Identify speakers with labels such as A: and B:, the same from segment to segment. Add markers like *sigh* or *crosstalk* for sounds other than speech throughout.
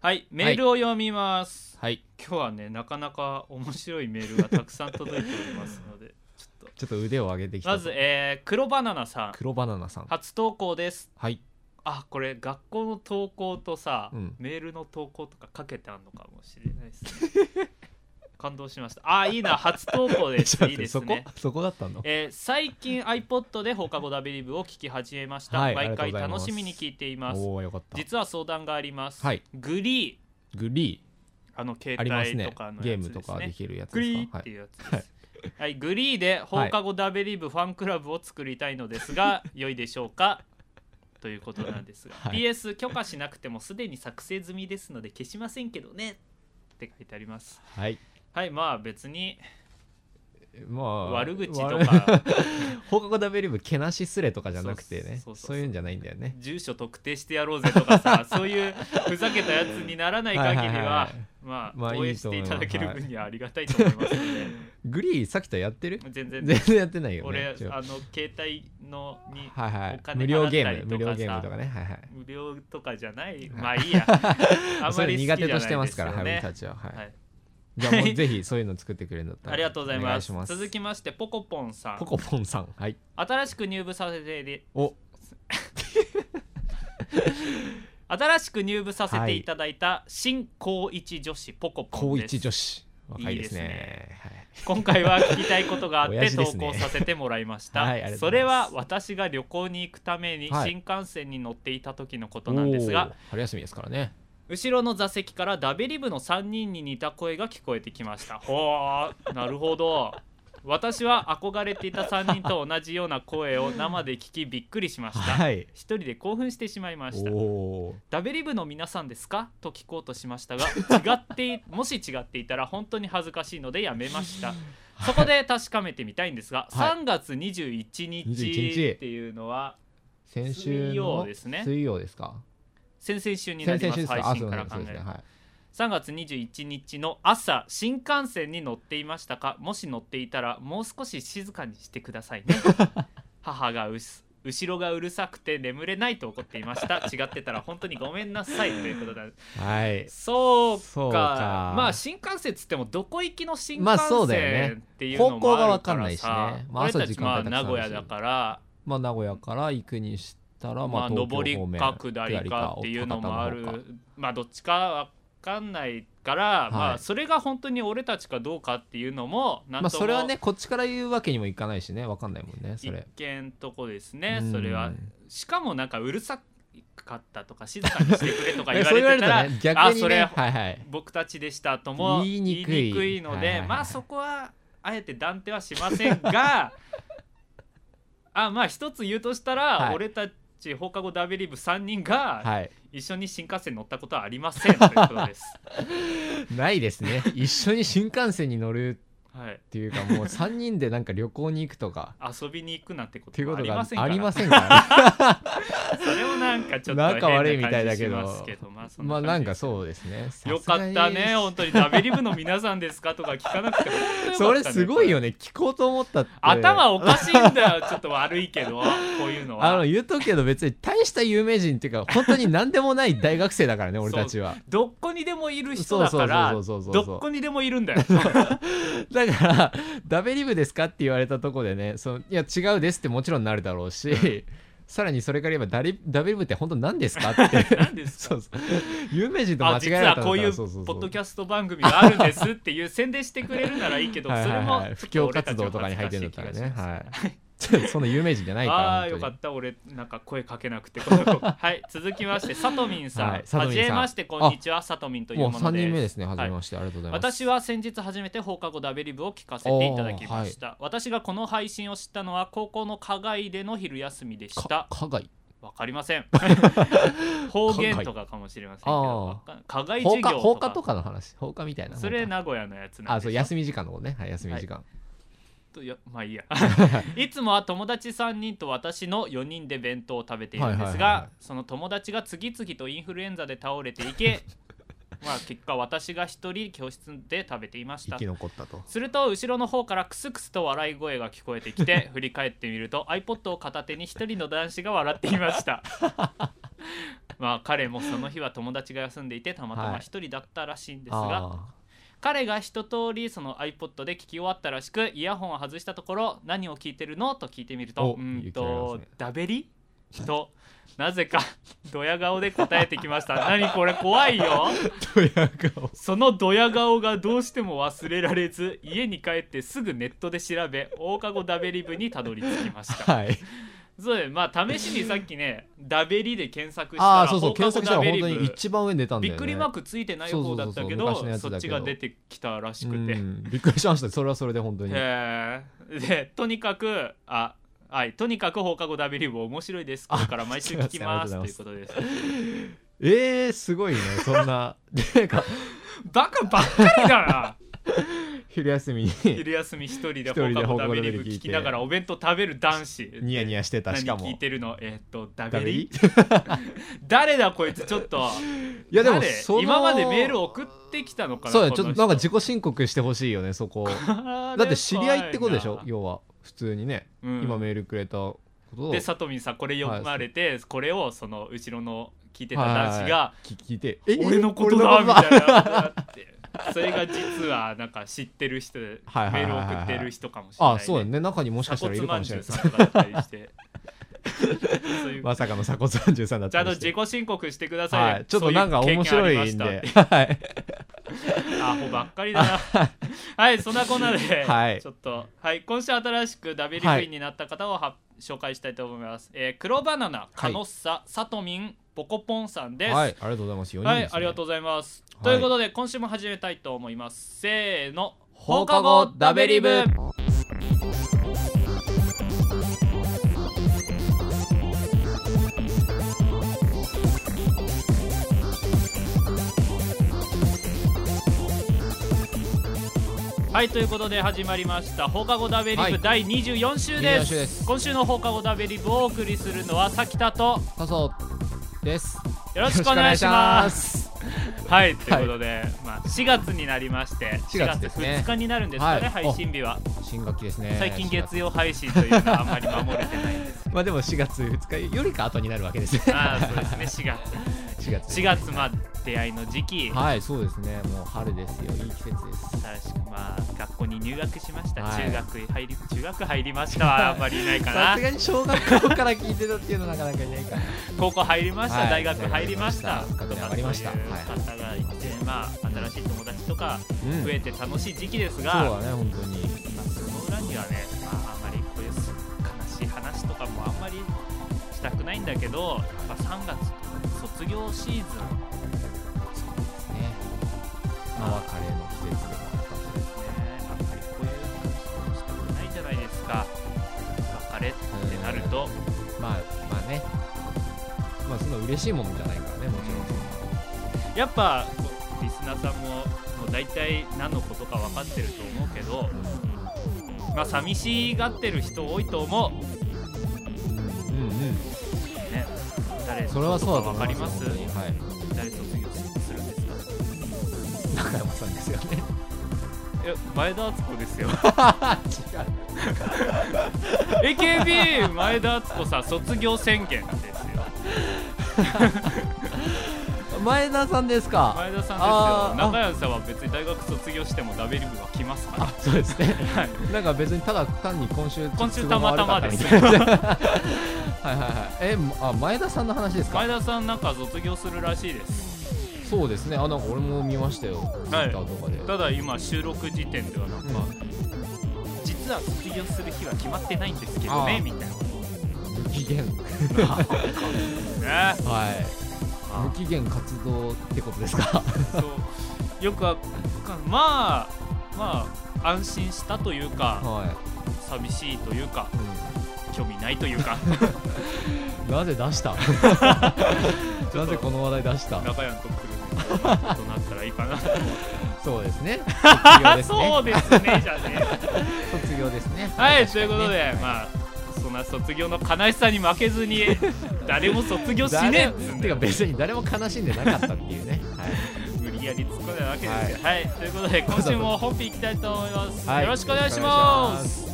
A: はいメールを読みます、
B: はい
A: 今日はねなかなか面白いメールがたくさん届いておりますのでちょっ
B: ちょっと腕を上げてき
A: と
B: た
A: まず、えー黒バナナさん
B: 黒バナナさん
A: 初投稿です
B: はい
A: あこれ学校の投稿とさ、
B: うん
A: メールの投稿とかかけてあんのかもしれないですね感動しましたあいいな初投稿で
B: *laughs*
A: す
B: ちょっと
A: い
B: 待っ
A: い
B: て
A: です
B: そこ
A: ね
B: そこだったの
A: えー最近 iPod で放課後ダビリブを聞き始めました、
B: はいあり
A: 毎
B: がとう
A: 回
B: ございま
A: 楽
B: す
A: しみに聞いています
B: おおよかった
A: 実は相談があります、
B: はい
A: グリー
B: グリ
A: あの携
B: ーあります
A: 帯
B: ね
A: とかの
B: ゲー
A: やつですね
B: ムとかできるやつ
A: グ
B: で
A: リ
B: す
A: ー
B: か
A: っ
B: は
A: て
B: い
A: いうやつです、はいグリーで放課後ダベリブファンクラブを作りたいのですが、良いでしょう
B: *laughs*
A: かということなんですが、
B: はい
A: PS 許可しなくてもすでに作成済みですので消しませんけどねって書いてあります
B: はい
A: はいまあ別に
B: まあ
A: 悪口と
B: 悪
A: か
B: 放課後ダベリブけなしすれとかじゃなくてね
A: そうそうそうそう
B: そういうんじゃないんだよね
A: 住所特定してやろうぜとか
B: *laughs*
A: さそういうふざけたやつにならない限りは,、
B: はいはいはい
A: ま
B: ま
A: あ
B: あ
A: 応
B: い
A: 援
B: い
A: し
B: と
A: て
B: 思い
A: いた
B: ます
A: だける分にはありがたいと思いますので、
B: グリーさきたやってる
A: 全然
B: 全然やってないよ
A: 俺
B: ね
A: あ
B: ちょ
A: の携帯のに
B: はいは
A: お
B: い
A: 金
B: 無料ゲー
A: 払ったりとかさ
B: ム無料ゲームとかねはいはい
A: 無料とかじゃない、
B: はい
A: まあい
B: *laughs*
A: いやあん
B: そ
A: ま
B: れ
A: り
B: 苦
A: 好き
B: 手
A: じゃな
B: とし
A: い
B: てま
A: ですす
B: から
A: よ
B: ハ
A: ね
B: ルたちははい
A: はい
B: じゃあもうぜひそういうの作ってくれるんだったら
A: ありがとうござい
B: お願
A: ます
B: します
A: 続きましてポコポンさん
B: ポコポンさんはい
A: 新しく入部させて
B: お
A: *laughs* 新しく入部させていただいた新高一女子ポコポ
B: 高
A: ンです
B: 一女子若いです
A: いい
B: ね
A: 今回は聞きたいことがあっ
B: 親
A: て
B: 父で
A: 投
B: すね
A: 稿させてもらいました、
B: はいありがとう
A: そ
B: ござ
A: れ
B: います
A: は私が旅行に行くために
B: はい
A: 新幹線に乗っていた時のこと
B: はい
A: なんですが、
B: おー春休みですからね
A: 後ろの座席からダベリブの3人に似た声が聞こえてきましたほーなるほど私は憧れていた3人と同じような声を生で聞きびっくりしました、
B: はい
A: 一人で興奮してしまいました
B: おお
A: ダベリブの皆さんですかと聞こうとしましたが違っていもし違っていたら本当に恥ずかしいのでやめましたそこで確かめてみたいんですが、
B: はい
A: 3月21日
B: 日
A: っていうのは
B: 先週
A: 水曜
B: の
A: ですね
B: 水曜ですか
A: 先々週にな
B: 先
A: りま
B: 々週
A: す
B: です
A: 配
B: かあそ
A: 信
B: う
A: か
B: な
A: ら
B: ん
A: 考
B: です
A: える
B: そうですね
A: と
B: はい
A: 3月21日の朝新幹線に乗っていましたかもし乗っていたらもう少し静かにしてください *laughs* ね母がうす後ろがうるさくて眠れないと怒っていま *laughs* した違ってたら本当にごめんなさいということだ
B: はい
A: そうか
B: そうか
A: まあ新幹線っつってもどこ行きの新
B: ま
A: 幹
B: あそうだよね
A: 線っていうのもあるからさ、
B: 方向がわかんないしねまあ
A: 俺
B: 朝
A: た
B: 時
A: ち
B: 間
A: まあ
B: 帯たくさんあ
A: 名
B: るし
A: 古屋だから
B: まあ名古屋から行くにした
A: ま
B: らま
A: あ
B: あ
A: 上
B: 東
A: り
B: 京方面
A: か下りかっていうのもあ
B: 博多の方か
A: るまあどっちかわかんないから、
B: い
A: まあそれが本当に俺たちかどうかっていうのもなんとも、
B: まあそれはねこっちから言うわけにもいかないしねわかんないもんねそ
A: 一
B: れ
A: 見とこですね
B: うん
A: それはしかもなんかうるさかったとか静かにしてくれとか言
B: え
A: わ
B: *laughs* そう
A: れ
B: 言わ
A: て
B: れ
A: た
B: た
A: ら
B: らね逆に
A: あそれ
B: ねはいはい
A: 僕たちでしたとも
B: 言いにくい
A: 言いので、
B: はいはいはい
A: まあそこはあえて断定はしません
B: *laughs*
A: があまあ一つ言うとしたら、
B: はい
A: 俺たち放課後ダベリブ3人が
B: はい
A: 一緒に新幹線に乗ったことはありませんということ
B: *laughs*
A: です。
B: ないですね一緒に新幹線に乗る
A: はい
B: っていうかもう3人でなんか旅行に行くとか
A: 遊びに行くなんてこ
B: って
A: と
B: いう
A: はあ
B: こと
A: り
B: が
A: ませんか
B: あ
A: ら
B: りませんからね
A: それもなんかちょっと変な
B: 仲悪いみたい
A: 感
B: だ
A: じし
B: けど
A: ますけどまあ *laughs* そんな
B: ま
A: 感
B: あ
A: じ
B: なんかそうですね
A: よかったね本当にダベリブの皆さんですかとか聞かなくても
B: さすがにそれすごいよね聞こうと思ったって
A: 頭おかしいんだよちょっと悪いけどこういうのは
B: あの言うとくけど別に大した有名人っていうか本当に何でもない大学生だからね俺たちは
A: どっこにでもいる人
B: そう
A: だ
B: そ
A: か
B: う
A: ら
B: そうそうそう
A: どっこにでもいるんだ
B: *laughs*
A: よ
B: だからダベリブですかって言われたとこでねそのいや違うですってもちろんなるだろうし、さらにそれから言えばダリダベリブって本当何ですかって
A: *laughs* 何です
B: そ
A: か
B: うそう有名人と
A: あ
B: 間違え
A: 実
B: られた
A: は
B: んだったら
A: こういうポ
B: そそそ
A: ッドキャスト番組があるんですっていう宣伝してくれるならいいけどそ
B: はい
A: れ
B: はい
A: も
B: はい、布教活動とかに入ってるんだったらね、はい、 *laughs* そんな有名人じゃないから
A: ああー
B: 本当
A: よ
B: に
A: かった俺なんか声かけなくてこの子はい続きましてさとみんさん
B: は
A: はい
B: さとみん
A: じ
B: さん
A: めましてこんにちはさとみんという
B: もう
A: もの
B: 3
A: で
B: 人
A: す
B: 目ですね、はじ
A: はい
B: めまして、ありがとうございます。
A: 私は先日初めて放課後ダベリブを聞かせていただきました、私がこの配信を知ったのは高校の課外での昼休みでし
B: か
A: た
B: 加害
A: わかりませ
B: *laughs*
A: ん方言とかかもしれませんけどわか課外
B: 放
A: 授
B: 火
A: 業
B: 放
A: と
B: 火
A: か
B: とかの話、放火みたいな。
A: それ
B: 本
A: 名古屋のやつ
B: 当
A: なんで
B: あ
A: し
B: そう
A: ょ
B: 休み時間のことね、はい、休み時間。
A: といやまあ
B: *laughs*
A: いいやいつもは友達3人と私の4人で弁当を食べているんです
B: はいはいはいは
A: が
B: い
A: その友達が次々とインフルエンザで倒れていけ *laughs* まあ結果私が1人教室で食べていました
B: 生き残ったと。
A: すると後ろの方からクスクスと笑い声が聞こ
B: *laughs* *laughs*
A: えてきて振り返ってみると iPod を片手に一人の男子が笑っていましたまあ彼もその日は友達が休んでいてたまたま一人だったらしいんですが、
B: あ
A: 彼が一通りその iPod で聞き終わったらしくイヤホンを外したところ何を聞いてるのと聞いてみると
B: お
A: うーん
B: 勇気あり
A: と、
B: ますね
A: ダベリとなぜか *laughs* ドヤ顔で答えてきました *laughs* 何これ怖いよ
B: ー *laughs* ドヤ顔
A: そのドヤ顔がどうしても忘れられず家に帰ってすぐネットで調べ放課後ダベリ部にたどり着きま
B: *laughs*
A: した
B: はい
A: そうだよまあ試しにさっきねダベリで検索した
B: あ
A: ら
B: あそうそう
A: 放課
B: 検
A: 後
B: 索した
A: ダ
B: ら
A: ベ
B: 本
A: リ
B: 当
A: 部
B: に一番上に出たんだ
A: び
B: よ
A: っ
B: ね
A: くりマークついてない方だったけ
B: そ
A: ど
B: うそうそうそう昔のやつ
A: そ
B: だけど
A: っちが出てきたらしくて、
B: うんびっくりしましたそれはそれで本当に
A: へえでとにかくあはいとにかく放課後ダビリブ面白いですこれから毎週聞きます
B: すい
A: と
B: ま
A: いう
B: せ
A: こ
B: ん
A: とです
B: えー、すごいねそんな *laughs* でなんか
A: バカばっかり
B: *laughs*
A: だ
B: 昼休みに
A: な昼休み一人で
B: 一
A: 放
B: 人で
A: 課後ダ
B: 放課後
A: ビ
B: ダ
A: リ
B: ビ
A: ブ
B: リブ
A: 聞きながらお弁当食べる男子
B: ニヤニヤしてた
A: 何
B: しか
A: 聞い
B: も
A: てるのえーっとダ
B: ダ
A: ビ
B: メ
A: リ
B: リ
A: 誰だこいつちょっと
B: いやでも
A: 誰
B: その
A: 今までメール送ってきたのかな
B: そうだねちょっとなんか
A: こ
B: 自己申告してほしいよねそこ
A: の人
B: だって知り合いってことでしょ
A: あれ怖いな
B: 要は普通にね、
A: うん
B: 今メールくれたことを
A: でさとみんさんこれ読まれて、これをその後ろの聞いてた
B: はい
A: 男子が、
B: 聞聞いて「え
A: 俺のことだ
B: 俺の
A: みたいなってそれが実はなんか知ってる人メ
B: はいは
A: ー
B: いはい
A: ル
B: はい
A: 送ってる人かもしれない、
B: あそうだね中にもしかしたらいるかもしれない
A: 鎖骨饅頭さんとかだったりして
B: *laughs*
A: そういう
B: まさかの鎖骨33だっ
A: ちゃ
B: た
A: んと
B: りして
A: 自己申告してください、
B: はい、ちょっとなんか面白いん
A: そうう経験あ
B: で
A: りまし、
B: はい、
A: たアホばっかり
B: *laughs*
A: だなはいそんなこんなで、
B: はい
A: ちょっとはい今週新しくダビリクインになった方をは、紹介したいと思います、えー黒バナナカノッサさとみんポコポンさんです、
B: はい、ありがとうございます。4人
A: はい、
B: ですね
A: ありがとうございます。
B: はい
A: ということで、今週も始めたいと思います。せーの、
B: 放課後ダベリブ
A: はい、ということで始まりました放課後ダベリ
B: は
A: ブ
B: い
A: 第24週です,、
B: 24週です
A: 今週の放課後ダベリブをお送りするのはさきたと
B: 笹尾です。
A: よ
B: よ
A: ろしくお願いします
B: す。
A: はい、ということで、まあ、4月になりまして
B: 4月ですね
A: 4月2日になるんですかね、
B: はい
A: 配信日は
B: 新学期ですね。
A: 最近月曜配信というのはあんまり守れてないんです
B: まあでも4月2日よりか後になるわけですね。
A: ああそう
B: *laughs*
A: ですね4月
B: 4月
A: 4月まあ出会いの時期、
B: はい、そうですね。もう春ですよ。いい季節です。
A: 新しくまあ学校に入学しました、
B: はい
A: 中学入り中学入りましたはあんまりいないか
B: さ
A: な
B: すがに小学校から聞いてたっていうのはなかなかいないから。
A: 高校入りました、
B: はい
A: 大学入りました
B: 大学入りました
A: とかそういう方がいて、まあ新しい友達とか
B: うん
A: 増えて楽しい時期です
B: そう
A: が、
B: だね、本当に。
A: まあその裏にはね、まあ、あんまりこういう悲しい話とかもあんまりしたくないんだけどやっぱ3月とかね卒業シーズン
B: ね。まあ別れの季節でもあったので。
A: ねあんまりこういう話をしたくないじゃないですか別れってなると
B: まあまあね。まあそんな嬉しいもんじゃないからね、もちろんそんな。
A: やっぱこうリスナーさんももう大体何のことか分かってると思うけどまあ寂しがってる人多いと思う
B: うんうん。
A: ね誰
B: それはそうだと
A: 分
B: 思
A: か
B: い
A: り
B: ま
A: ます
B: すよ。はい。
A: 誰卒業するんですか
B: 中山さんですよね。
A: いや前田敦子ですよ
B: *laughs* 違 *laughs* う。
A: AKB 前田敦子さん卒業宣言ですよ
B: 前田さんですか。
A: 前田さん
B: あ
A: ですよ
B: ー
A: 中山さんは別に大学卒業してもダベリブが来ますから
B: あ、そうですね。
A: はい
B: *laughs* なんか別にただ単に今週
A: 今週たまた
B: *laughs*
A: まです
B: 都合が悪かったみたいなはいはいはい。え、あ前田さんの話ですか
A: 前。田さんなんか卒業するらしいです
B: そうですね。あ、なんか俺も見ましたよ。ツイッターとかで。
A: ただ今収録時点ではなんか、
B: うん
A: 実は卒業する日は決まってないんですけど
B: あ
A: ね
B: ー
A: みたいなことをね
B: 無期
A: *laughs*
B: 限。
A: ま
B: はい。無
A: あ
B: 期限活動ってことで
A: *laughs*
B: すか。
A: そうよくはまあまあ安心したというか
B: は
A: 寂しいというか
B: い。う
A: 興味ないというか
B: んなぜ出
A: *laughs*
B: した。なぜこの話題出した。
A: 中山と来るのがどうなったらいい *laughs* かな
B: そうです
A: *laughs*
B: ね。
A: あ
B: 卒
A: そ
B: 業
A: うですねじゃねえ
B: ですね。卒業ですね。
A: はいということで、
B: はい
A: まあそんな卒業の悲しさに負けずに誰も卒業しねえっつうん
B: て
A: だ
B: か
A: よ
B: 別に誰も悲しんでなかったっていうね、はい、
A: 無理やり突っ込んだわけですよはい、ということで今週も本編いきたいと思います、
B: はい
A: よろしくお願いします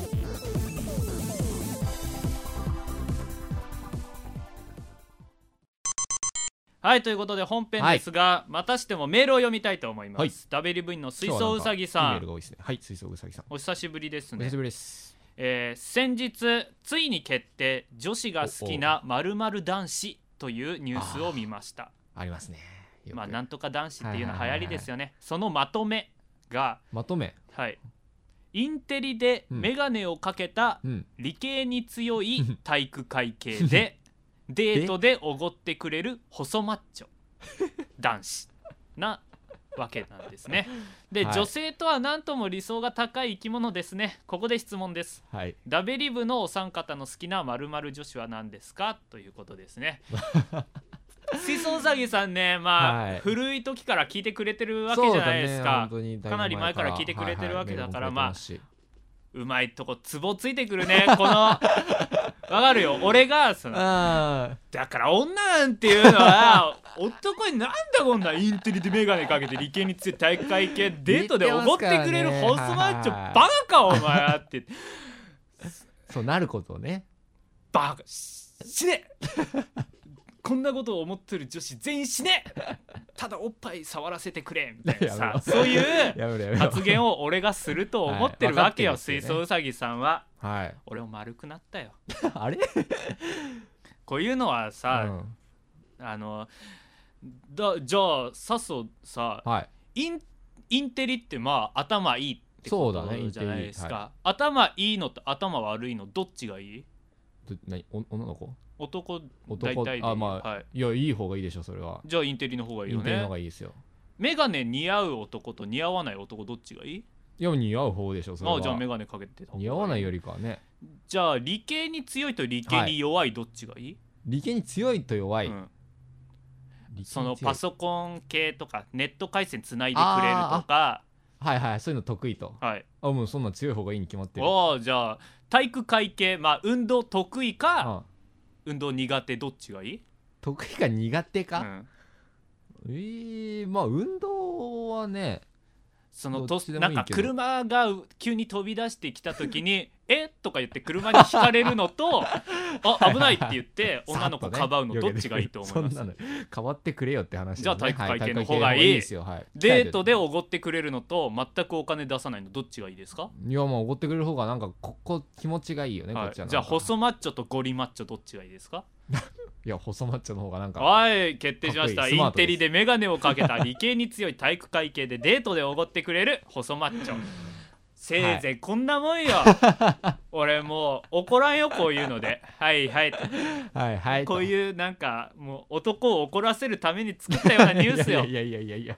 A: はいということで本編ですが、またしてもメールを読みたいと思います、WV の水槽うさぎ
B: 今日は
A: さ
B: なんかいいメール
A: ん
B: が多いですねはい水槽うさぎさん
A: お久しぶりです
B: お久
A: ね
B: し、ぶりです
A: えー先日ついに決定女子が好きなまる男子というニュースを見ました
B: ありますねよく
A: まあなんとか男子っていうのは流行
B: はいはいはいはい
A: りですよね、そのまとめが
B: まとめ
A: はいインテリで
B: うん
A: 眼鏡をかけた
B: うん
A: 理系に強い体育会系で *laughs* デートでおごってくれる細マッチョ男子なわけなんですねで、
B: はい
A: 女性とは何とも理想が高い生き物ですねここで質問です
B: はい
A: ダベリブのお三方の好きな〇〇女子は何ですかということです
B: *laughs*
A: ね水槽うさぎさんねまあ、
B: はい
A: 古い時から聞いてくれてるわけじゃないですか
B: そうだね本当にだいぶ
A: かなり前から聞いてくれてるわけだから
B: はいはいメールもくれてますし
A: うまいとこツボついてくるねこ
B: *laughs*
A: のわかるよ俺がその
B: あ
A: だから女なんていうのは男になんだこんなインテリで眼鏡かけて理系について体育会系デートでおごってくれる
B: 似て
A: ホ
B: ま
A: ー
B: すから
A: スマッチ
B: ね
A: ョ
B: は
A: バ
B: い
A: カかお前はって
B: ーそうなること
A: *laughs*
B: をね
A: バカし死ねこんなことを思ってる女子全員死ねただおっぱい触らせてくれみたいな
B: やめ
A: さ
B: ろ
A: そういう
B: やめろやめろ
A: 発言を俺がすると思ってる
B: はい
A: わけよ、
B: わかってる
A: 水
B: んですよね
A: 槽うさぎさんは
B: はい
A: 俺も丸くなったよ
B: あれ
A: こういうのは
B: う
A: さ、
B: ん
A: あのだじゃあさそさ
B: はい
A: インインテリってまあ頭いいってこ
B: そうだねイ
A: と
B: ン
A: じ
B: テ
A: ゃ
B: リ
A: ないですか、
B: は
A: 頭いいのと頭悪いのどっちがいい
B: ど何お女の子
A: 男大体
B: 男
A: でいい
B: あまあ、
A: はい、
B: い、やいい方がいいでしょそれは
A: じゃあインテリの方がいい
B: イ
A: よ
B: ン
A: ね
B: テリの方がいいですよ
A: メガネ似合う男と似合わない男どっちがいい
B: いや似合う方でしょそれ
A: あ
B: は
A: あじゃあメガネかけてた方が
B: 似合わない
A: よ
B: よりかはね
A: じゃあ理系に強いと理系に弱いどっちがいい、
B: 理系に強いと弱い、
A: うん
B: 理系に強
A: そ
B: い
A: のパソコン系とかネット回線つないでくれるとか
B: はいはいそういうの得意と
A: はい
B: あもうそんなん強い方がいいに決まってる
A: おーじゃあ体育会系まあ運動得意か、
B: うん
A: 運動苦手どっちがいい
B: 得意か苦手
A: う
B: か、
A: ん
B: えー、まあ運動はね
A: その
B: ど
A: と
B: っちでも
A: ない
B: い
A: ん
B: けど
A: か車が急に飛び出してきた時に *laughs* 「えとか言って車にひかれるの
B: *laughs*
A: と「あ危ない」って言って女の子かばうのどっちがいいと思います
B: そんなの変わってくれよって話、ね、
A: じゃあ体育会系の方
B: は
A: がいい
B: 体育会系のですよ、はい、
A: デートでおごってくれるのと全くお金出さないのどっちがいいですか、
B: いやまあおごってくれる方がなんかここ気持ちがいいよね、
A: は
B: こっ
A: い、
B: ちはなんか
A: じゃあ細マッチョとゴリマッチョどっちがいいですか
B: いや細マッチョの方がなんか
A: はい決定しました
B: かっこいいス
A: イ
B: マ
A: ン
B: ートです
A: テリで眼鏡をかけた理系に強い体育会系でデートでおごってくれる細マッ
B: *laughs*
A: チョせいぜいこんなもんよ、俺もう怒らんよこういうのではいはい
B: はいはい
A: こう
B: う
A: いうなんかもう男を怒らせるために作ったようなニュースよ
B: いやいやいやいやいや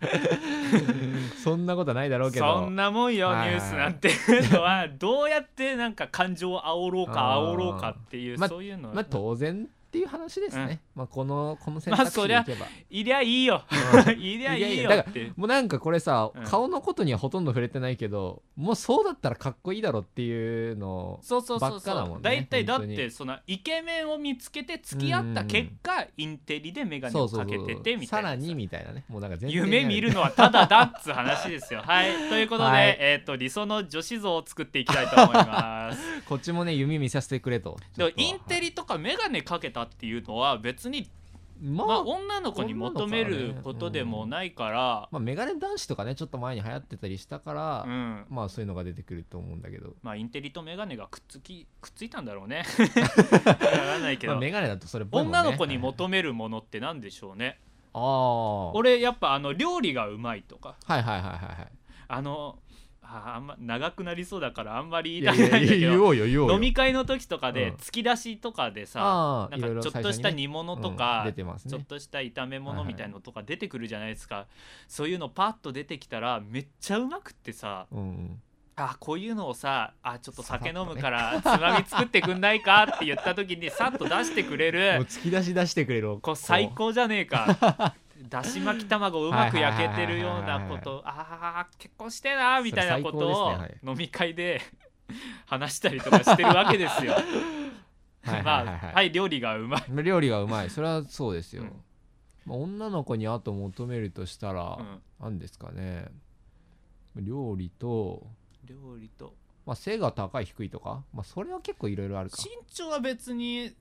B: そんなことはないだろうけど
A: そんなもんよニ
B: はい
A: ュースなんて *laughs* いうのはどうやってなんか感情を煽ろうか
B: あ
A: 煽
B: ー
A: ろうかっていう、
B: ま
A: そういうの、
B: まあ当然っていう話ですね、まあこのこの選
A: まあ
B: 択肢でいけば、
A: いりゃいい
B: *laughs*
A: よ
B: うん
A: いりゃい
B: い
A: い
B: りゃいい
A: よ
B: よだ
A: っ
B: か
A: て
B: もうなんかこれさ、
A: うん
B: 顔のことにはほとんど触れてないけどもうそうだったらかっこいいだろっていうのを
A: そうそうそうそ
B: ばっかだも
A: う
B: んね
A: 大体、だっ
B: 本当
A: て
B: に
A: そのイケメンを見つけて付き合った結果インテリで眼鏡
B: そ
A: を
B: うそ
A: か
B: うそ
A: け
B: う
A: ててみた
B: さ
A: いな
B: らにみたいなねもうなんか全然
A: 夢見るのはただだっつう話です
B: *laughs*
A: よ。はい。ということで、
B: はい
A: えっ、と、理想の女子像を作っていきたいと思います。
B: *laughs* こっちもね夢見させてくれと
A: でも、インテ
B: リ
A: リとか眼鏡かけたっていうのは、別にま
B: まあ、
A: あ、
B: まあ
A: 女の子に求めることでもないから、
B: メガネ男子とかねちょっと前に流行ってたりしたから、
A: うん、
B: まあそういうのが出てくると思うんだけど、
A: まあインテリとメガネがくっつきくっついたんだろうね。わからないけ
B: まあ、
A: ど、
B: メガネだとそれっぽいもんね
A: 女の子に
B: はい
A: 求めるものって何でしょうね。
B: ああはい
A: 俺やっぱあの料理がうまいとか、
B: はいはいはいはい
A: あのああんま長くなりそうだからあんまり
B: い
A: 言
B: や
A: い
B: い
A: たくない
B: や
A: ん
B: い
A: だけ
B: や言
A: ど。
B: おうよ言おうよ
A: 飲み会の時とかで
B: うん
A: 突き出しとかでさ、
B: ああ
A: ない
B: ろい
A: ん
B: ろ
A: かちょっ
B: 最
A: と
B: 初
A: し
B: に
A: た
B: ね
A: 煮物とか、
B: うん出てますね
A: ちょっとした炒め
B: はい
A: 物
B: はい
A: みたいのとか出てくるじゃないですか、そういうのパッと出てきたらめっちゃうまくってさ、
B: うんうん
A: あこういうのをさあちょっと酒飲むからつまみ作ってくんないかって言った時にさっと出してくれ
B: *laughs* もう
A: る
B: 突き出し出してくれる
A: こう最高じゃねえかだし巻き卵うまく焼けてるようなことあー結婚してえなみたいなこと
B: それ最
A: を
B: 高ですね
A: 飲み会で話したりとかしてるわけです
B: *laughs*
A: よ。
B: はい
A: ま
B: はいはいは
A: あ
B: い
A: はい料理がうまい。
B: まあ料理がうまいそれはそうですよ、
A: うん
B: まあ、女の子にあと求めるとしたら、
A: うん
B: 何ですかね料理と、
A: 料理と
B: まあ、背が高い低いとか、まあ、それは結構いろいろあるか
A: 身長は別に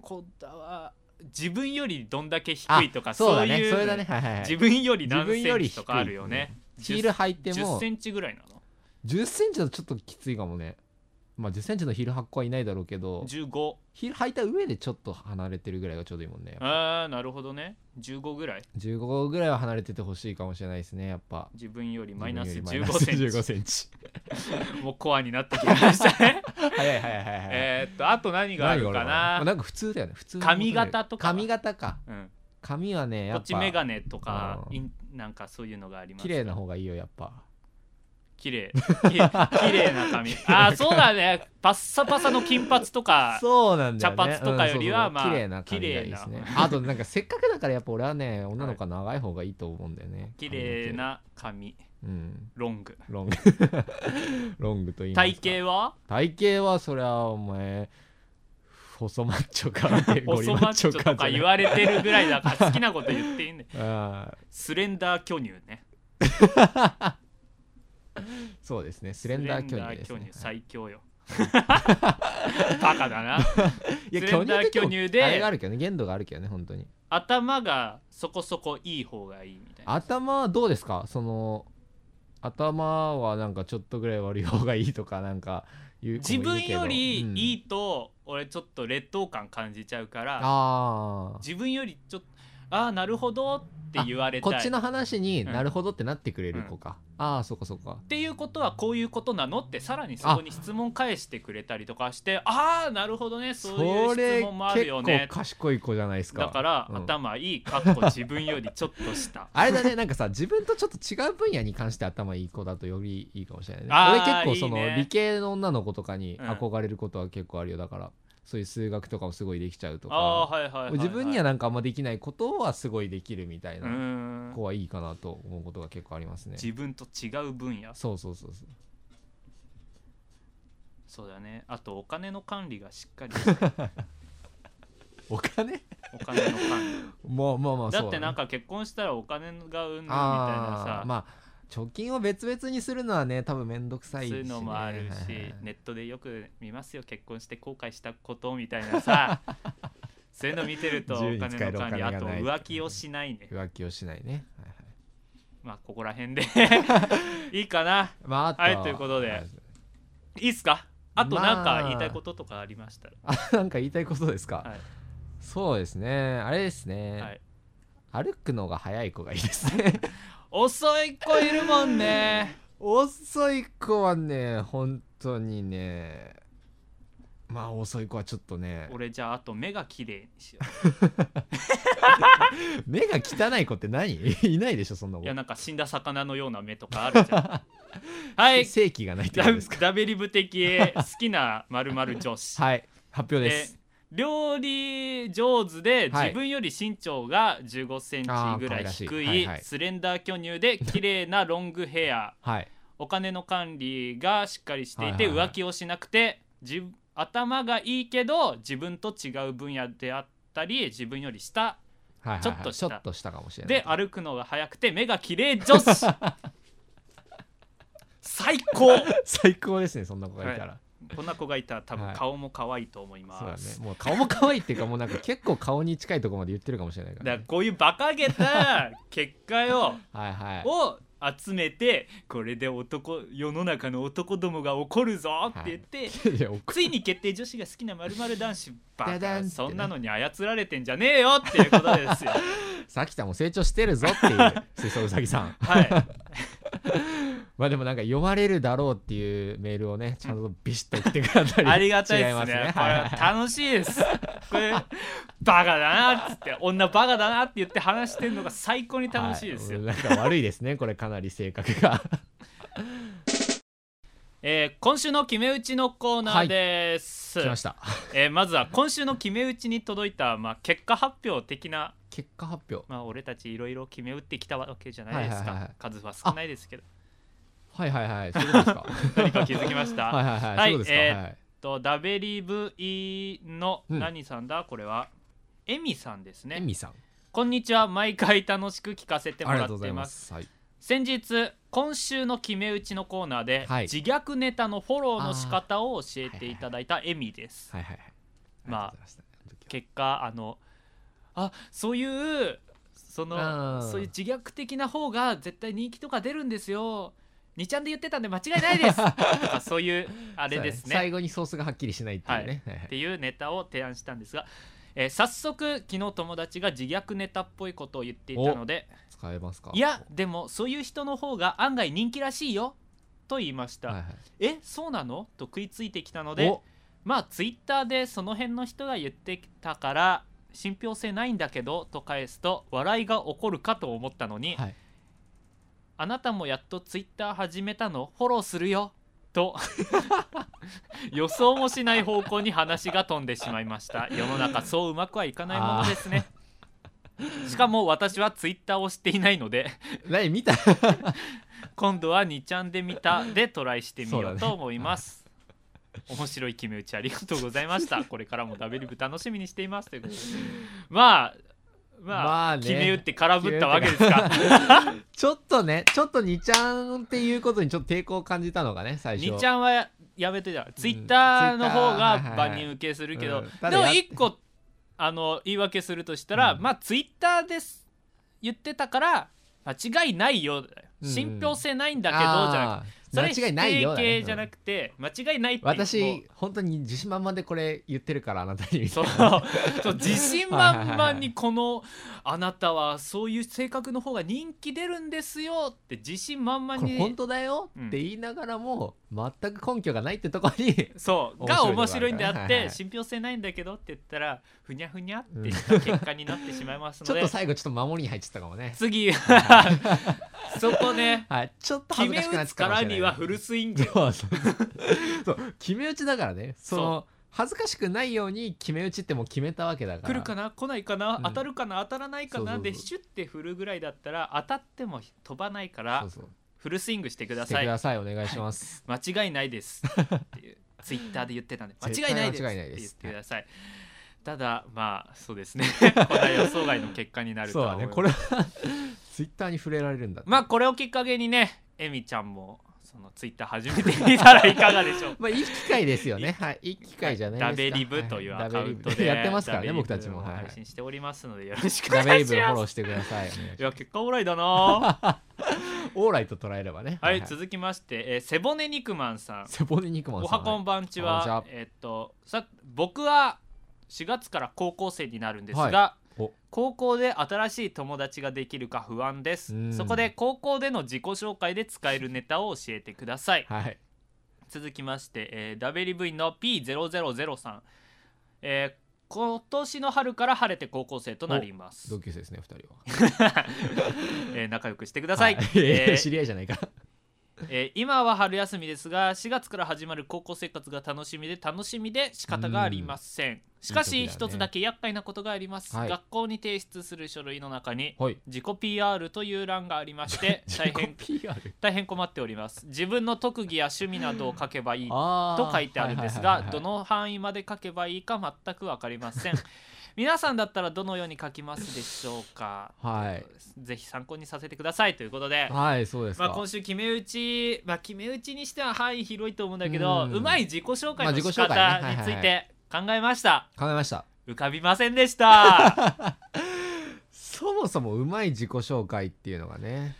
A: こだわ自分よりどんだけ低
B: あ
A: いとか
B: そう
A: そ
B: だ
A: う
B: ね
A: いう
B: それだねはいはい、はい、
A: 自分より何
B: 自分
A: セ
B: よ
A: ン
B: り
A: チとかあるよね
B: ヒール履いて
A: 10
B: も
A: センチぐらいなの
B: 10センチだとちょっときついかもねまあ1 0ンチのヒール履く子はいないだろうけど
A: 15
B: ヒール履いた上でちょっと離れてるぐらいがちょうどいいもんね
A: あーなるほどね15ぐらい
B: 15ぐらいは離れててほしいかもしれないですねやっぱ
A: 自分よりマイナス1
B: 自分よりマイナス
A: 5
B: 15
A: セン
B: センチ
A: チもうコアになってき *laughs* ました
B: *laughs*
A: ね
B: 早い早い早い早い
A: えーっとあと何があるか
B: 何がある
A: な
B: まあなんか普通だよね普通の
A: 髪型とかは
B: 髪型か
A: うん
B: 髪はね
A: こ
B: や
A: っ
B: っ
A: ち
B: ぱ
A: メガネとか
B: うん
A: インなんかそういうのがあります
B: 綺麗な方がいいよやっぱ
A: 綺麗き綺
B: *laughs*
A: 麗な髪ああそうだねパッサパサの金髪とか
B: そうなんだよ
A: 茶
B: ね
A: 髪とかよりは
B: うん
A: まあ
B: そうそう綺麗な髪がいいです
A: 綺
B: ね
A: 麗
B: *laughs* あとなんかせっかくだからやっぱ俺はね女の子は長い方がいいと思うんだよね
A: 綺麗な髪
B: 髪の毛うん
A: ロング
B: ロング *laughs* ロングと言いま
A: 体
B: す
A: 型
B: か
A: は
B: 体型はそりゃお前細マッチョかゴリ
A: 細
B: マ
A: マ
B: ッ
A: ッ
B: チ
A: チ
B: ョ
A: ョ
B: か
A: と
B: じゃな
A: か
B: い
A: 言われてるぐらいだから好きなこと言っていいんだよ *laughs*
B: あ
A: スレンダー巨乳ね
B: ーそうですねス
A: ス
B: レンダー巨乳です、
A: レンダー
B: ね
A: 巨乳、最強よバカだ
B: *laughs*
A: ない
B: や
A: スレンダー巨乳で
B: 巨乳であれがあるけどね限度があるけどね本当に
A: 頭がそこそこいい方がいいみたいな
B: 頭はどうですかその頭はなんかちょっとぐらい悪い方がいいとかなんか言う
A: 自分よりい
B: い、
A: いと俺ちょっと劣等感感じちゃうか
B: うん
A: ら
B: あー
A: 自分よりちょっとああなるほどって言われ
B: こ
A: た
B: っ
A: い
B: ち
A: っ
B: の話に
A: うん
B: なるほどってなってくれる子か、ああそっかそっか
A: ていうことはこういうことなのってさらにそこに質問返してくれたりとかしてああなるほどねそういう
B: それ
A: 質問もある
B: 結
A: よ
B: 構
A: ね
B: 賢い子じゃないですか
A: だから、
B: うん
A: 頭いいかっこ自分よりちょっと下
B: あれだねなんかさ自分とちょっと違う分野に関して頭いい子だとよりいいかもしれないね
A: あ
B: 俺
A: ー
B: 結構その
A: いいね
B: 理系の女の子とかに
A: うん
B: 憧れることは結構あるよだからそういう数学とかもすごいできちゃうとか
A: ああーはいはいはい、はい、
B: 自分にはなんかあんまできないことはすごいできるみたいうなん子はいいかなと思うことが結構ありますね
A: 自分と違う分野
B: そうそうそうそう
A: そうだねあとお金の管理がしっ
B: *laughs*
A: かりしてる
B: お金
A: お金の管
B: まあまあま
A: 理
B: あそう
A: だって
B: ね
A: なんか結婚したらお金がうんぬんみたいな
B: あ
A: さ
B: あ、まあ貯金を別々にするのはね多分めんどくさ
A: そう
B: いしね、
A: いうのもあるし、
B: はいはい
A: ネットでよく見ますよ結婚して後悔したことみたいな
B: *laughs*
A: さそういうの見てるとお
B: 自由
A: 金
B: に使え
A: の
B: る
A: 管
B: お金
A: 理
B: が
A: あ
B: ない
A: と浮気をしないね
B: 浮気をしないね、はいはい
A: まあここら辺
B: *laughs*
A: でいいかな
B: まああと
A: はいということでいいっすかあとなん
B: ま
A: か
B: あ
A: 言いたいこととかありましたら、
B: あ *laughs* なんか言いたいことですか、
A: はい
B: そうですねあれですね、
A: はい
B: 歩くのが早い子がいいで
A: *laughs*
B: すね
A: 遅い子いるもんね
B: 遅い子はね本当にねまあ遅い子はちょっとね
A: 俺じゃああと目が綺麗にしよ
B: 目が汚い子って何 *laughs* いないでしょそんな
A: う
B: 子
A: いやなんか死んだ魚のような目とかあるじゃ *laughs* んはい
B: 正規がないってこ
A: ダ
B: とですか
A: ダベリブ的好きな〇〇女子
B: はい発表です、
A: えー料理上手で
B: はい
A: 自分より身長が1 5センチぐらい
B: あー可
A: 低
B: 愛
A: い,、
B: らしいはいはい
A: スレンダー巨乳で *laughs* 綺麗なロングヘア
B: はい
A: お金の管理がしっかりしていて、
B: はいはいはい
A: 浮気をしなくて自頭がいいけど自分と違う分野であったり自分より下
B: はいはいはい
A: ちょっとした
B: ちょっとしたかもしれない
A: で歩くのが速くて目が綺麗女
B: *laughs*
A: 子最高
B: 最高ですねそんな子がいたら、
A: こんな子がいたら多分顔も可愛いと思い
B: そうだ
A: ま
B: ね
A: す、
B: もう顔も可愛いっていうかもうなんか結構顔に近いところまで言ってるかもしれないか
A: だか
B: ら
A: ら
B: ね、
A: こういうバカげた結果よ
B: はいはい
A: を集めてこれで男世の中の男どもが怒るぞって言って、
B: いやお
A: ついに決定女子が好きな〇〇男子バカ
B: ダダンってね
A: そんなのに操られてんじゃねえよっていうことですよ
B: さきたも成長してるぞっていう水槽うさぎさん
A: はい
B: まあでもなんか読まれるだろうっていうメールをねちゃんとビシッと送ってくれたり
A: ありがたいで
B: 違ますす
A: ね
B: ね
A: これ
B: はいはい
A: は楽しいですこれバカだなっつって女バカだなって言って話してるのが最高に楽しいですよ、
B: はなんか悪いですねこれかなり性
A: *laughs*
B: 格が
A: えー今週の決め打ちのコーナーです、
B: 来ました
A: えーまずは今週の決め打ちに届いた、まあ、結果発表的な
B: 結果発表
A: まあ俺たちいろいろ決め打ってきたわけじゃないですか、
B: はいはいはい
A: 数は少ないですけど
B: はいはいはいそういうことで
A: *laughs*
B: すか
A: 何か気づきました、
B: *laughs* はいはいはい、
A: はい
B: そうですか、
A: えー
B: はい
A: とダベリブイの
B: うん
A: 何さんだ、これはエミさんです
B: エ
A: ね
B: ミさん
A: こんにちは毎回楽しく聞かせても
B: あり
A: ら
B: が
A: って
B: とう
A: い
B: ご
A: ま
B: ざ
A: す
B: いますはい
A: 先日今週の決め打ちのコーナーで、
B: はい
A: 自虐ネタのフォローの仕方を教えていただいたエミです、
B: はいはいはい
A: まあ
B: ありがとうございました
A: 結果あのあそういうそ
B: あ
A: の
B: ー
A: そういう自虐的な方が絶対人気とか出るんですよ2ちゃんで言ってたんで間違いない
B: *laughs*
A: ですとかそういうあれです
B: そうだ最
A: ね
B: 後にソースがはっきりしないっていうね、はいは
A: っ
B: い
A: ていうネタを提案したんですが、えー早速昨日友達が自虐ネタっぽいことを言っていたので
B: 使えますか
A: いやでもそういう人の方が案外人気らしいよと言いました、
B: はいはい
A: えそうなのと食いついてきたので
B: お
A: まあツイッターでその辺の人が言ってきたから信憑性ないんだけどと返すと笑いが起こるかと思ったのに、
B: はい
A: あなたもやっとツイッター始めたのフォローするよ
B: *laughs*
A: と予想もしない方向に話が飛んでしまいました世の中そううまくはいかないものですねしかも私はツイッターを知っていないので
B: ライン見た
A: 今度は2ちゃんで見たでトライしてみよう
B: そうだ
A: と思います、面白い決め打ちありがとうございま
B: *laughs*
A: したこれからもダベリブ楽しみにしていますということでまあまあ、
B: まあね
A: 決め打って空振ったわけですか
B: ちょっとねちょっと2ちゃんっていうことにちょっと抵抗を感じたのがね最初
A: 2ちゃんはややめてたツイッターの方が万人受けするけど、
B: うんた
A: で
B: だ
A: も
B: や
A: 1個あの言い訳するとしたら、
B: うん
A: まあツイッターです言ってたから間違いないよ
B: うん
A: 信憑性ないんだけど、じゃなくて
B: あー
A: それ
B: 間違いないよ、
A: 否定
B: ね
A: 形じゃなくて間違いないっていうも
B: 私本当に自信満々でこれ言ってるからあなたに
A: う *laughs* そうそう自信満々にこのあなたはそういう性格の方が人気出るんですよって自信満々
B: これ本
A: に
B: 当だよって言いながらも、全く根拠がないってとこに
A: そう
B: 面白い
A: が
B: ところ
A: 面白いんであ
B: は
A: っ
B: いはいは
A: て
B: い
A: 信憑性ないんだけどって言ったらふにゃふにゃってした結果になってしまいます
B: ち
A: の
B: ょ
A: で
B: っと最後ちょっと守りに入っちゃったかもね
A: 次 *laughs* そこね
B: はいちょっと
A: 決
B: 恥ず
A: め
B: かしくな
A: 打
B: っちゃ
A: つ
B: っ
A: か
B: た
A: ら
B: もしれない
A: にはフルスイング
B: そうそうそうそう決め打ちだからねその恥ずかしくないように決め打ちってもう決めたわけだから
A: 来るかな来ないかな、
B: うん
A: 当たるかな当たらないかな
B: そうそうそう
A: でシュッて振るぐらいだったら当たっても飛ばないから
B: そうそう
A: フルスイングしてくだ
B: して
A: さい
B: くださいお願いします、
A: 間違いないですって
B: *laughs*
A: いうツイッターで言ってたんで間違いないです
B: 絶対間違いないです
A: って言ってくださいただまあそう
B: *laughs*
A: ですねこれは予想外の結果になると
B: そう
A: は
B: だ
A: 思い
B: ね
A: ます
B: これはツイッターに触れられるんだって
A: まあこれをきっかけにねエミちゃんもそのツイッター始めてみたらいかがでしょう
B: *laughs*
A: か
B: まあ、いい機会ですよね。はい、いい機会じゃないですか。
A: ダベリブというアカウント
B: ダベ
A: で
B: リブやってますからね、
A: ダベリ
B: 僕
A: ブ
B: たちも。はい
A: 配信しておりますのでよろしくお
B: ダベ
A: 願
B: リ
A: いし
B: ブフォ
A: ま
B: ロー
A: す
B: してください。
A: いや結果オーライだな
B: オーライと捉えればね。
A: はい続きまして、えー背骨肉マンさん
B: セボネ肉マン
A: お
B: さん。
A: はこんばんちは、
B: こんばんちは
A: えっとさ僕は4月から高校生になるんですが、
B: はお
A: 高校で新しい友達ができるか不安です
B: うん
A: そこで高校での自己紹介で使えるネタを教えてください
B: はい。
A: 続きまして、えー WV の P000 さん、えー今年の春から晴れて高校生となります
B: 同、級生ですね、二人は。
A: えー仲良くしてください、
B: は *laughs*
A: えー
B: 知り合いじゃないか。
A: えー今は春休みですが4月から始まる高校生活が楽しみで楽しみで仕方がありませんしか
B: い
A: し
B: い時だ
A: 一
B: ね
A: つだけ厄介なことがあります、
B: はい
A: 学校に提出する書類の中に
B: はい。
A: 自己 PR という欄がありまして
B: *laughs*
A: 大変
B: PR。
A: 大変困っております自分の特技や趣味などを書けばいい
B: あー
A: と書いてあるんです
B: はい
A: が
B: はいはいはい
A: どの範囲まで書けばいいか全く分かりま
B: *laughs*
A: せん皆さんだったらどのように書きますでしょうか
B: はい。
A: ぜひ参考にさせてくださいということで
B: はい、そうです
A: ま
B: か。
A: あ、今週決め打ち、まあ、決め打ちにしては範囲広いと思うんだけど
B: うん
A: うまい自己紹
B: ま
A: 介
B: あ
A: の
B: 自己
A: 仕
B: 紹介ね
A: 方について考えました、
B: 考えました。
A: 浮かびませんでした
B: *laughs* そもそもうまい自己紹介っていうのがね。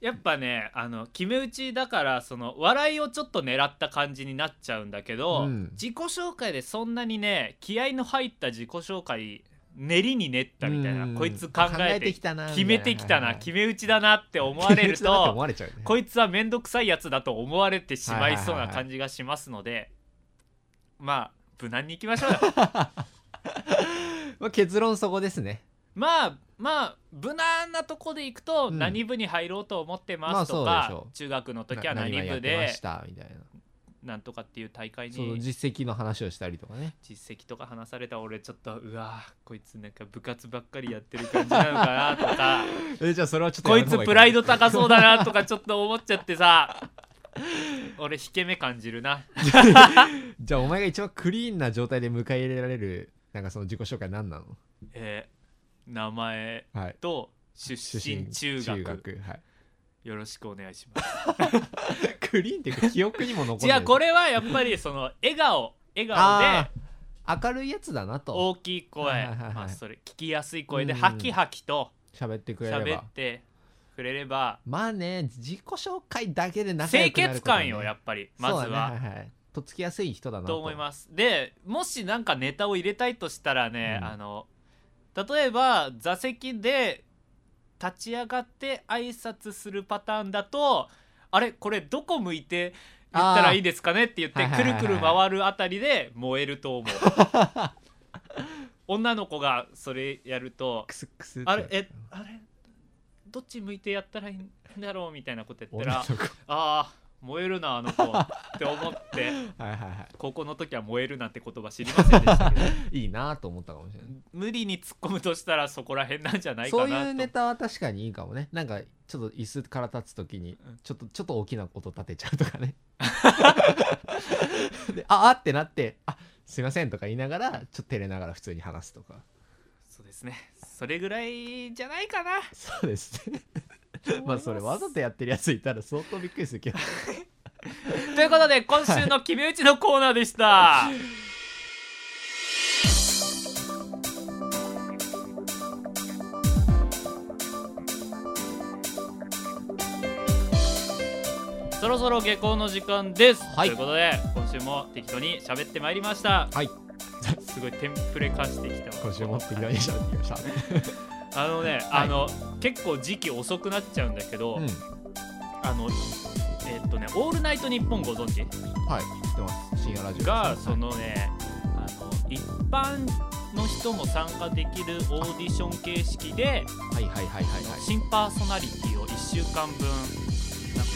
A: やっぱねあの決め打ちだからその笑いをちょっと狙った感じになっちゃうんだけど、
B: うん
A: 自己紹介でそんなにね気合の入った自己紹介練りに練ったみたいな、
B: うん
A: こいつ考えて
B: きたな。
A: 決めてきたな、
B: みい
A: 決め打ちだなって思われる
B: *laughs* 決め打ちだなって
A: と
B: 思われちゃうね
A: こいつは面倒くさいやつだと思われてしまいそう
B: は
A: な
B: いはいはいはい
A: 感じがしますのでまあ無難にいきましょう
B: *laughs*
A: よ
B: まあ結論そこですね。
A: まあまあ無難なとこでいくと
B: うん
A: 何部に入ろうと思って
B: ま
A: ま
B: あ
A: すと
B: そうで
A: か
B: し、ょう
A: 中学の時は
B: な
A: 何
B: 々や
A: 部
B: ってま
A: で
B: したみたいな。
A: なんとかっていう大会
B: その
A: に
B: 実績の話をしたりと
A: *laughs*
B: かね。
A: 実績とか話された俺ちょっとうわーこいつなんか部活ばっかりやってる感じなのかな
B: *laughs*
A: とか
B: えじゃあそれはちょっと
A: こいつプライ
B: ド
A: ド高そうだなとかちょっと思っちゃってさ
B: *laughs*
A: 俺引け目感じるな
B: じゃあお前が一番クリーンな状態で迎え入れられるなんかその自己紹介何なの？
A: えー名前
B: はい。
A: と出身中学
B: はい。
A: よろしくお願いします
B: クリーンっていうか記憶にも残る。
A: じゃあこれはやっぱりその笑顔笑顔
B: あ
A: で
B: 明るいやつだなと
A: 大きい声
B: はいはいはいはい
A: まあそれ聞きやすい声で
B: うん
A: ハキハキと
B: 喋ってくれれ
A: 喋
B: ば
A: ってくれれば
B: まあね自己紹介だけで仲良
A: 清
B: くなる
A: 潔
B: ことね
A: 感よやっぱりま
B: そ
A: ず
B: うだ
A: は
B: ねはいはいとっつきやすい人だな
A: と思いますでもしなんかネタを入れたいとしたらね、
B: うん
A: あの例えば座席で立ち上がって挨拶するパターンだとあれこれどこ向いて言ったらいいですかねって言っ
B: あ
A: て
B: ー
A: くるくる
B: はいは
A: 回るあたりで燃えると
B: *laughs*
A: 思う女の子がそれやると
B: クスクスって
A: あれえあれどっち向いてやったらいいんだろうみたいなこと言った
B: 女
A: ら
B: の子
A: ああ燃えるなあの子って思って
B: はいはいは
A: 高校の時は燃えるなんて言葉知りませんでした
B: *laughs*
A: けど
B: いいいなと思ったかもしれない
A: 無理に突っ込むとしたらそこら辺なんじゃないかな
B: そ
A: と
B: ういうネタは確かにいいかもねなんかちょっと椅子から立つ時
A: う
B: に
A: ん
B: ちょっとちょっと大きな音立てちゃうとかね *laughs* でああってなって「あすいません」とか言いながらちょっと照れながら普通に話すとか
A: そうですねそれぐらいじゃないかな
B: そうですねまあそれわざとやってるやついたら相当びっくりするけど
A: ということで今週の「決め打ち」のコーナーでした、そろそろ下校の時間です、
B: はい
A: ということで今週も適当に喋ってまいりました
B: はい
A: すごいテンプレ化してきたわ
B: 今週も適当にしゃべってきました、
A: あのね、あの結構時期遅くなっちゃうんだけど、
B: うん
A: あのえっとね「オールナイトニッポン」ご存知
B: はい知ってます深夜ラジオですねは
A: が
B: い
A: そのねあの一般の人も参加できるオーディション形式で
B: はいはいはいはいはい
A: 新パーソナリティを1週間分なんか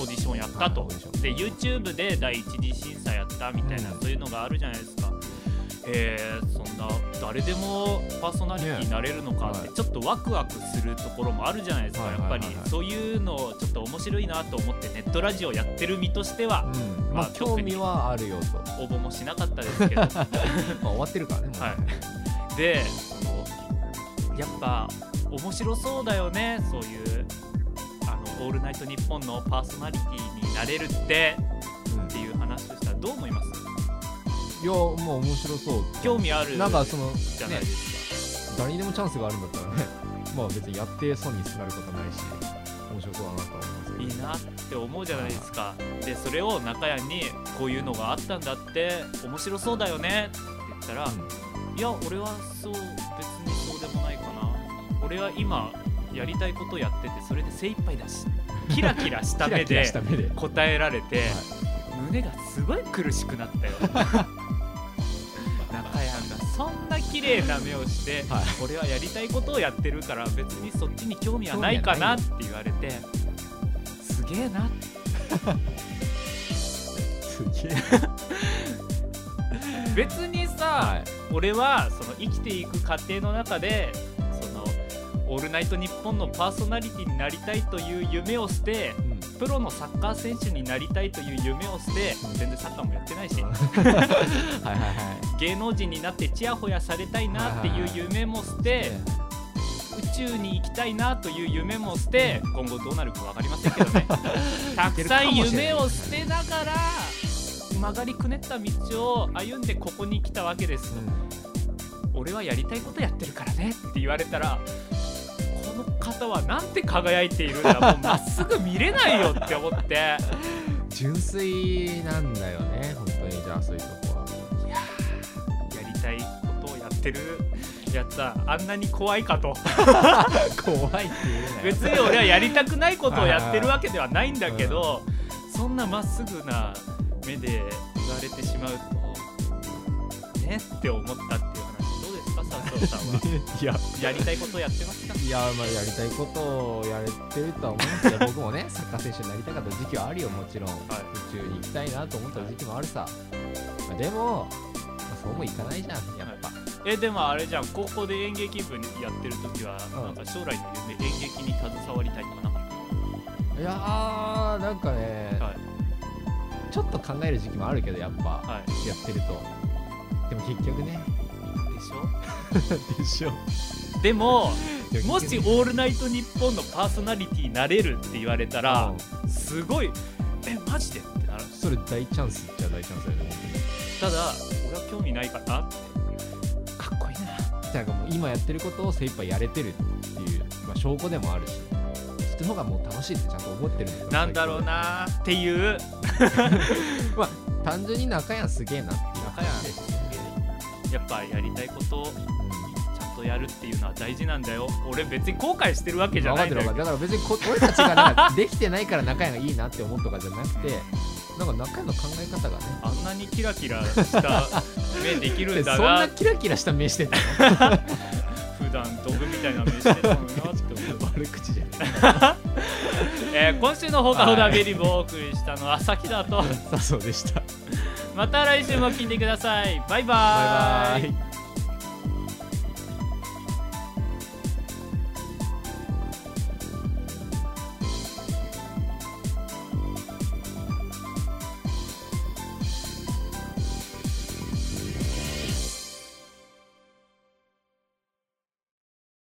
A: オーディションやったと
B: はいオーディション
A: で YouTube で第一次審査やったみたいな
B: うん
A: そういうのがあるじゃないですか。えーそんな誰でもパーソナリティになれるのかっ
B: ね
A: て
B: は
A: ちょっとワクワクするところもあるじゃないですか
B: は
A: や
B: いは
A: っ
B: いは
A: ぱ
B: い
A: り
B: はい
A: そういうのをちょっと面白いなと思ってネットラジオやってる身としては
B: うん
A: ま
B: まあ
A: あ
B: 興味はあるよと、ま
A: 応募もしなかったですけ
B: *laughs*
A: ど
B: あ、終わってるからねもうね
A: はいでそのやっぱ面白そうだよねそういう「あのオールナイトニッポン」のパーソナリティになれるって
B: うん
A: っていう話をしたらどう思います
B: いやもう面白そう
A: 興味ある
B: なんかその
A: じゃない
B: ね
A: ですか、
B: 誰にでもチャンスがあるんだったらね *laughs* まあ別にやって損にすなることないし面白そうだなとは思いますけ
A: い
B: ど
A: いなって思うじゃないですかでそれを中谷に「こういうのがあったんだって面白そうだよね」って言ったら「いや俺はそう別にそうでもないかな俺は今やりたいことやっててそれで精一杯だし」キラキラした
B: キラ
A: 目
B: *laughs* キラ
A: で
B: した目で
A: 答えられて、胸がすごい苦しくなっ
B: *laughs*
A: たよ中谷がそんな綺麗な目をして、
B: はい
A: 俺はやりたいことをやってるから別にそっちに興味はないかなって言われてすげえな
B: すげえ
A: 別にさ、
B: はい
A: 俺はその生きていく過程の中でその「オールナイトニッポン」のパーソナリティになりたいという夢を捨て
B: うん
A: プロのサッカー選手になりたいという夢を捨て全然サッカーもやってないし
B: はいはいはい
A: 芸能人になってちやほやされたいなっていう夢も捨て宇宙に行きたいなという夢も捨て今後どうなるか分かりませんけどねたくさん夢を捨てながら曲がりくねった道を歩んでここに来たわけです
B: うん
A: 俺はやりたいことやってるからねって言われたらこの方はなんて輝いているんだもうまっすぐ見れないよって思って。
B: 純粋なんだよね本当にじゃあそういうとこは
A: やりたいことをやってるやつはあんなに怖いかと
B: 怖いって言
A: 別
B: う
A: に俺はやりたくないことをやってるわけではないんだけど、そんなまっすぐな目で言われてしまうとねって思ったっていう話どうですか佐藤さんは
B: いや
A: やりたいことをやってますか
B: いやまあやりたいことをやれてるとは思うんで
A: *laughs*
B: すけど僕もねサッカー選手になりたかった時期はあるよもちろん、宇宙に行きたいなと思った時期もあるさ、まあでも、まあそうもいかないじゃんやっぱ、
A: *laughs* えでもあれじゃん高校で演劇部やってる時は、なんか将来の夢演劇に携わりたいとかなかっ
B: い、やーなんかね、
A: たはい
B: ちょっと考える時期もあるけどやっぱ、
A: はい
B: やってるとでも結
A: *laughs*
B: 局ね
A: でしょ
B: でしょ
A: でも
B: で
A: も
B: も結
A: し「オ
B: 局
A: ールナイトニッポン」のパーソナリティになれるって言われたら、すごい「えマジで?」ってなる
B: それ大チャンスじゃ大チャンスだよね
A: ただ俺は興味ないかなってかっこいいな
B: だからもう今やってることを精一杯やれてるっていう、まあ、証拠でもあるしそっちの方がもう楽しいってちゃんと思ってるの
A: なんだろうなーっていう
B: 単純に中屋すげえなっていう
A: 中屋
B: 話ですよ
A: やっぱやりたいことをちゃんとやるっていうのは大事なんだよ俺別に後悔してるわけじゃ
B: 分か
A: な
B: っ
A: い
B: て
A: ん
B: る
A: だ
B: 分
A: よ
B: かってるだから別にこ俺たちがなんかできてないから仲屋がいいなって思うとかじゃなくてなんか仲屋の考え方がね
A: あんなにキラキラした目できる
B: え
A: ん
B: そ
A: だ
B: んな
A: な
B: キラキラした目してた
A: 普段ドブみたいな目してたのになって思う *laughs*
B: 悪口じゃない
A: えー今週の放課後ダビリブをお送りしたのはさきだと
B: さそうでした
A: また来週も聞いてくださいバイバ
B: バ
A: ー
B: イバイ